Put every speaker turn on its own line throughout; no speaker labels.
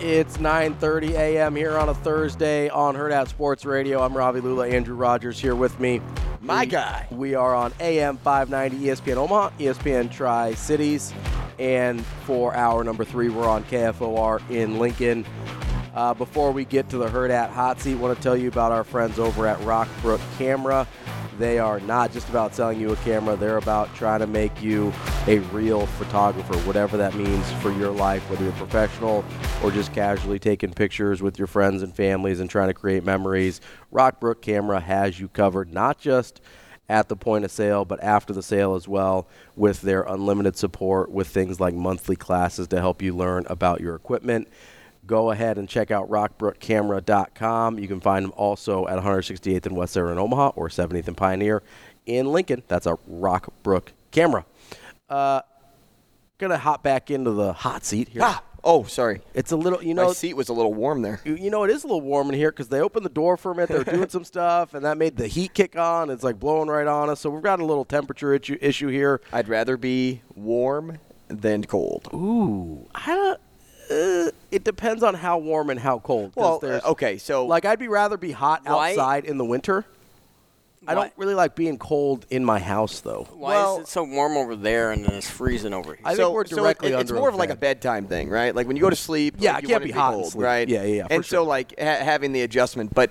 It's 9:30 a.m. here on a Thursday on Herd Out Sports Radio. I'm Robbie Lula. Andrew Rogers here with me.
My
We-
guy.
We are on AM 590 ESPN Omaha, E ESPN Tri Cities, and for hour number three, we're on KFOR in Lincoln. Uh, before we get to the Herd at Hot Seat, want to tell you about our friends over at Rockbrook Camera. They are not just about selling you a camera, they're about trying to make you a real photographer, whatever that means for your life, whether you're professional or just casually taking pictures with your friends and families and trying to create memories. Rockbrook Camera has you covered, not just at the point of sale, but after the sale as well, with their unlimited support with things like monthly classes to help you learn about your equipment. Go ahead and check out rockbrookcamera.com. You can find them also at 168th and West Sarah in Omaha or 70th and Pioneer in Lincoln. That's a Rockbrook camera. Uh, gonna hop back into the hot seat here.
Ah, oh, sorry.
It's a little, you know,
My seat was a little warm there.
you, you know, it is a little warm in here because they opened the door for a minute. They were doing some stuff, and that made the heat kick on. It's like blowing right on us. So we've got a little temperature issue, issue here.
I'd rather be warm than cold.
Ooh, I don't. Uh, it depends on how warm and how cold. 'cause
Well,
there's-
uh, okay, so-
like I'd be rather be hot
Why-
outside in the winter. I
Why-
don't really like being cold in my house though.
Why
Well-
is it so warm over there and then it's freezing over here?
I think
so,
we're
so
directly
it- it's
under
more
a
of like a
bed.
bedtime thing, right? Like when you go to sleep,
Yeah, it
like you
can't
want
be
to
hot and
cold,
sleep.
right?
Yeah, yeah, yeah, for
And
sure.
so like ha- having the adjustment, but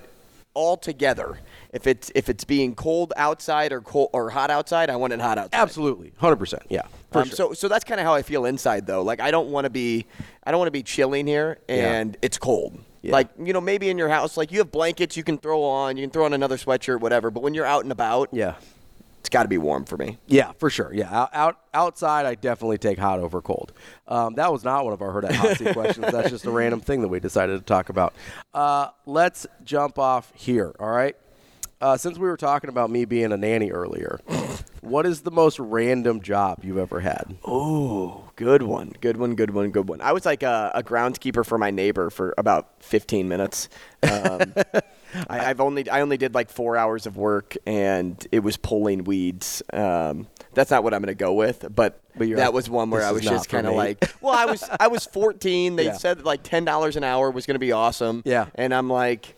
altogether, if it's if it's being cold outside or cold or hot outside, I want it hot outside.
Absolutely, hundred percent. Yeah, for
Um,
sure.
So so that's kind of how I feel inside though. Like I don't want to be I don't want to be chilling here and it's cold.
Yeah.
Like you know maybe in your house like you have blankets you can throw on, you can throw on another sweatshirt whatever, but when you're out and about,
yeah.
it's got to be warm for me.
Yeah, for sure. Yeah, out, out outside, I definitely take hot over cold. Um, that was not one of our heard at hot seat questions. That's just a random thing that we decided to talk about. Uh, let's jump off here. All right. Uh, since we were talking about me being a nanny earlier, what is the most random job you've ever had?
Oh. Good one, good one, good one, good one. I was like a, a groundskeeper for my neighbor for about 15 minutes. Um, I, I've only I only did like four hours of work, and it was pulling weeds. Um, that's not what I'm going to go with, but,
But you're
that
like,
was one where
"This
I
is
was
not
just
for
kind of
me."
like, well, I was I was 14. They
Yeah.
said that like ten dollars an hour was going to be awesome.
Yeah.
and I'm like.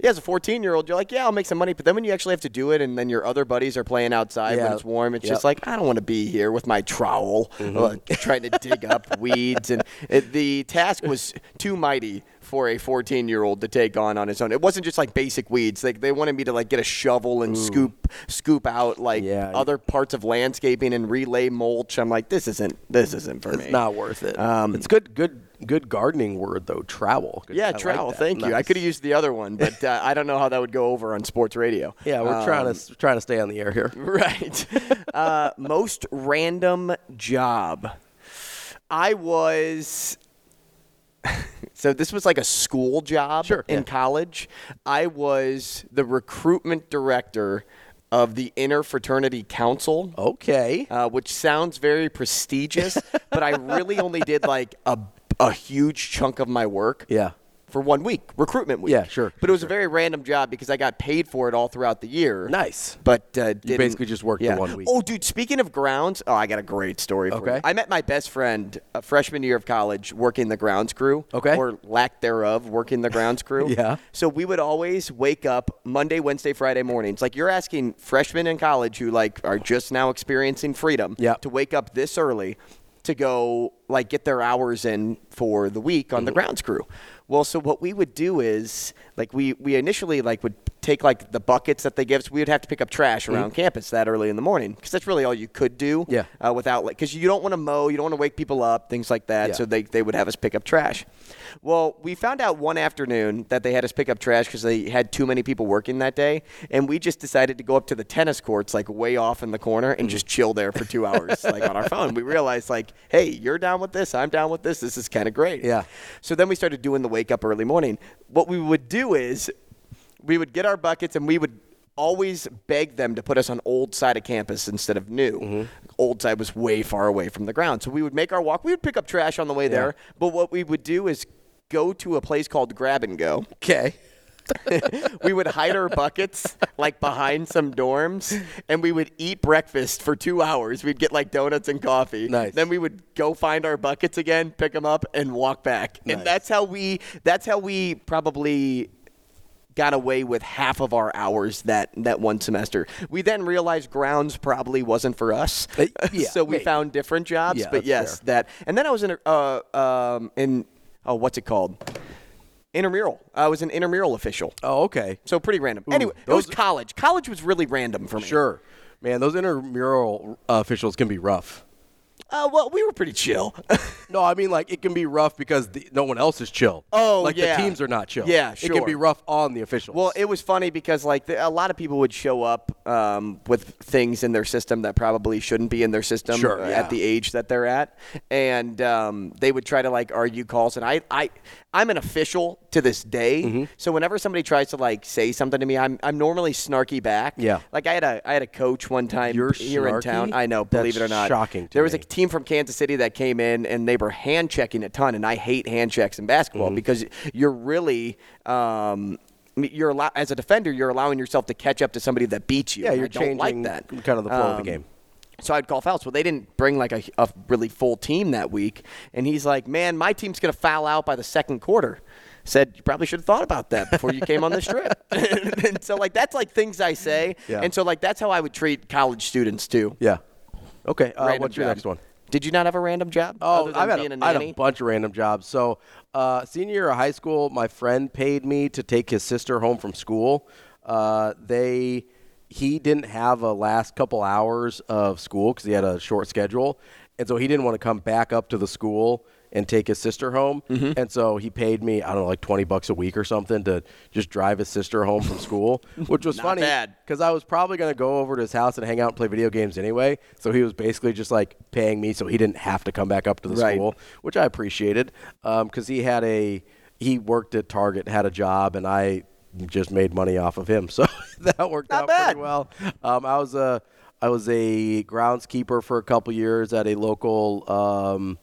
Yeah, as a 14 year old, you're like, yeah, I'll make some money. But then when you actually have to do it, and then your other buddies are playing outside when
Yeah.
it's warm, it's
Yep.
just like, I don't want to be here with my trowel,
Mm-hmm.
like, trying to dig up weeds. And it, the task was too mighty for a 14 year old to take on on his own. It wasn't just like basic weeds. Like they wanted me to like get a shovel and scoop scoop out like
Yeah.
other parts of landscaping and relay mulch. I'm like, this isn't this isn't for me.
It's not worth it. it's good, good, good gardening word though. Trowel. Good- I
Um, Yeah,
like
trowel.
that.
thank you. I
Nice.
could have used the other one, but uh, I don't know how that would go over on sports radio.
Yeah, we're
Um,
trying to trying to stay on the air here.
Right. uh, most random job. I was. So this was like a school job
Sure,
in
yeah.
college. I was the recruitment director of the Interfraternity Council
Oh. Okay.
uh, which sounds very prestigious, but I really only did like a, a huge chunk of my work.
Yeah.
For one week, recruitment week.
Yeah, sure,
But it was a very random job because I got paid for it all throughout the year.
Nice.
But uh, didn't-
basically just worked the one week.
Oh, dude. Speaking of grounds, oh, I got a great story. For
Okay.
you. I met my best friend uh, freshman year of college working the grounds crew.
Okay.
Or lack thereof, working the grounds crew.
Yeah.
So we would always wake up Monday, Wednesday, Friday mornings. Like you're asking freshmen in college who like are just now experiencing freedom
Yep.
to wake up this early to go like get their hours in for the week on
Mm-hmm.
the grounds crew. Well, so what we would do is like we we initially like would take like the buckets that they give us. We would have to pick up trash around campus that early in the morning because that's really all you could do.
Mm-hmm. Yeah.
Uh, without like because you don't want to mow, you don't want to wake people up, things like that.
Yeah.
So they they would have us pick up trash. Well, we found out one afternoon that they had us pick up trash because they had too many people working that day, and we just decided to go up to the tennis courts, like way off in the corner, and just chill there for two hours, like on our phone. We realized, like, hey, you're down with this, I'm down with this. This is kind of great.
Yeah.
So then we started doing the wake up early morning. What we would do is we would get our buckets and we would always beg them to put us on old side of campus instead of new. Old side was way far away from the ground. So we would make our walk. We would pick up trash on the way there. But what we would do is go to a place called Grab and Go.
Okay.
we would hide our buckets like behind some dorms and we would eat breakfast for two hours. We'd get like donuts and coffee.
Nice.
Then we would go find our buckets again, pick them up, and walk back.
Nice.
And that's how we that's how we probably got away with half of our hours that that one semester. We then realized grounds probably wasn't for us,
Uh, yeah,
so we
maybe.
found different jobs.
Yeah,
but
that's
yes, that and then I was in a, uh, um, in oh what's it called intramural. I was an intramural official.
Oh, okay.
So pretty random. anyway,
those-
it was college. College was really random for me.
Sure. Man, those intramural uh, officials can be rough.
Uh, well, we were pretty chill.
No, I mean like it can be rough because the, no one else is chill.
Oh,
like
yeah.
the teams are not chill.
Yeah,
It can
sure.
be rough on the officials.
well, it was funny because like the, a lot of people would show up um, with things in their system that probably shouldn't be in their system
Sure,
uh,
yeah.
at the age that they're at, and um, they would try to like argue calls. And I, I, I'm an official to this day. So whenever somebody tries to like say something to me, I'm I'm normally snarky back.
Yeah.
Like I had a I had a coach one time
You're
here in town.
snarky?
I know, believe
That's
it or not,
shocking to
there was a
me.
team from Kansas City that came in and they were hand checking a ton, and I hate hand checks in basketball
Mm-hmm.
because you're really. Um, you're allow- as a defender, you're allowing yourself to catch up to somebody that beats you.
Yeah,
and
you're
I don't like
changing
that. Um,
kind of the flow of the game.
So I'd call fouls. Well, they didn't bring like a, a really full team that week, and he's like, "Man, my team's gonna foul out by the second quarter." Said you probably should have thought about that before you came on this trip. and so like that's like things I say,
Yeah.
and so like that's how I would treat college students too.
yeah. Okay. Uh,
Random
what's your
job.
next one?
Did you not have a random job?
Oh,
other than
I've had,
being
a,
a
I had
nanny?
a bunch of random jobs. So, uh, senior year of high school, my friend paid me to take his sister home from school. Uh, they, he didn't have a last couple hours of school because he had a short schedule, and so he didn't want to come back up to the school and take his sister home.
Mm-hmm.
And so he paid me, I don't know, like twenty bucks a week or something to just drive his sister home from school, which was
Not
funny
bad.
because I was probably going to go over to his house and hang out and play video games anyway. So he was basically just like paying me so he didn't have to come back up to the
Right.
school, which I appreciated because he had a he worked at Target, had a job, and I just made money off of him. So that worked
Not
out
bad.
pretty well. Um, I was a I was a groundskeeper for a couple years at a local um,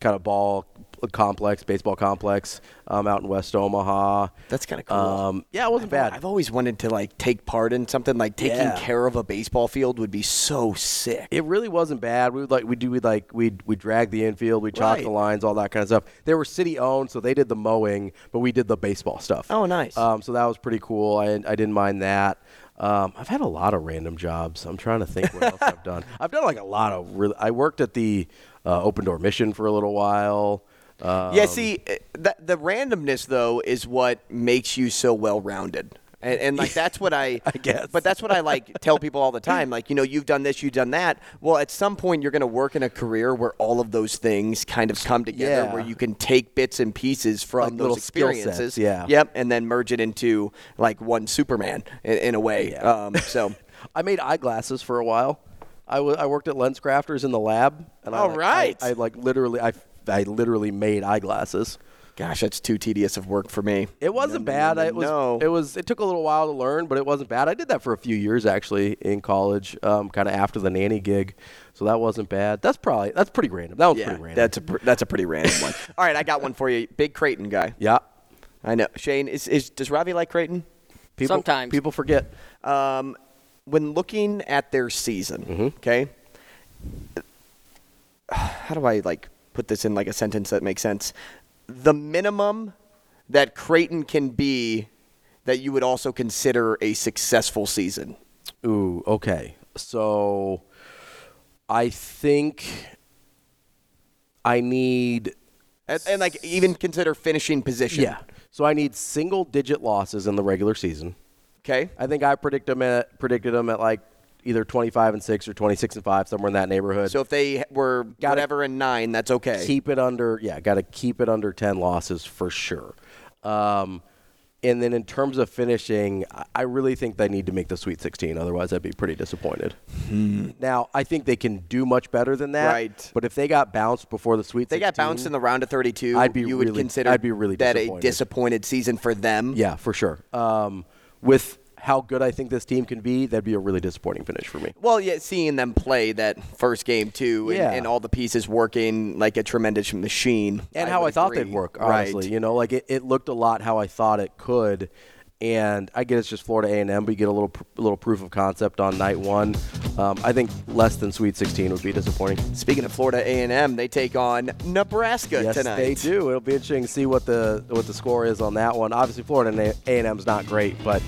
kind of ball uh, complex, baseball complex um, out in West Omaha.
That's kinda cool.
Um, yeah, it wasn't bad.
I've always wanted to like take part in something like taking
Yeah.
care of a baseball field would be so sick.
it really wasn't bad. We would like we do we like we we drag the infield, we chalk the
Right.
lines, all that kind of stuff. They were city owned, so they did the mowing, but we did the baseball stuff.
Oh, nice.
Um, so that was pretty cool. I I didn't mind that. Um, I've had a lot of random jobs. I'm trying to think what else I've done. I've done like a lot of really. I worked at the uh, Open Door Mission for a little while. Uh,
yeah, see, eh, the, the randomness though is what makes you so well rounded. And, and like that's what I, I
guess.
But that's what I like tell people all the time. Like you know, you've done this, you've done that. Well, at some point, you're going to work in a career where all of those things kind of come together,
Yeah.
where you can take bits and pieces from
Like
those
little skill sets,
experiences.
yeah.
Yep, and then merge it into like one Superman in, in a way. Um, so.
I made eyeglasses for a while. I wa- I worked at Lens Crafters in the lab. And I,
All
like,
right.
I, I like literally I I literally made eyeglasses.
Gosh, that's too tedious of work for me.
It wasn't
No, no,
bad.
no,
I- it was.
no.
It was. It took a little while to learn, but it wasn't bad. I did that for a few years actually in college, um, kind of after the nanny gig, so that wasn't bad. That's probably that's pretty random. That was
yeah,
pretty random.
that's a pr- that's a pretty random one. All right, I got one for you. Big Creighton guy.
yeah.
I know. Shane, is, is does Ravi like Creighton?
People,
Sometimes.
people forget.
Um, when looking at their season, okay, how do I like put this in like a sentence that makes sense? The minimum that Creighton can be that you would also consider a successful season.
Ooh. Okay. So, I think I need
And, and like even consider finishing position.
yeah. So I need single digit losses in the regular season.
Okay.
I think I predict them at, predicted them at like either 25 and 6 or 26 and 5 somewhere in that neighborhood.
So if they were
Gotta-
whatever and nine, that's okay.
keep it under yeah got to keep it under 10 losses for sure um, and then in terms of finishing I- i really think they need to make the sweet 16 otherwise i'd be pretty disappointed now i think they can do much better than that
Hmm. Right.
but if they got bounced before the sweet
they
16
got bounced in the round of 32.
I'd be
you would
really-
consider
I'd be really
that a
disappointed.
disappointed season for them.
yeah for sure um, with how good i think this team can be that'd be a really disappointing finish for me
Well, yeah, seeing them play that first game too, and,
Yeah.
and all the pieces working like a tremendous machine,
and how
would
I thought
agree.
they'd work. Honestly,
right.
you know, like it, it looked a lot how I thought it could. And I get it's just Florida A and M, but you get a little pr- little proof of concept on night one. Um, I think less than Sweet 16 would be disappointing.
Speaking of Florida A&M, they take on Nebraska
yes,
tonight.
they do. It'll be interesting to see what the what the score is on that one. Obviously, Florida A and M's not great, but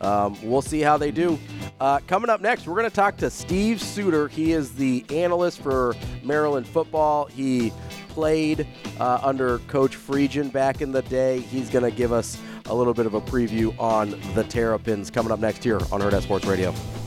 um, we'll see how they do. Uh, coming up next, we're going to talk to Steve Suter. He is the analyst for Maryland football. He played uh, under Coach Friedgen back in the day. He's going to give us a little bit of a preview on the Terrapins coming up next here on Herd at Sports Radio.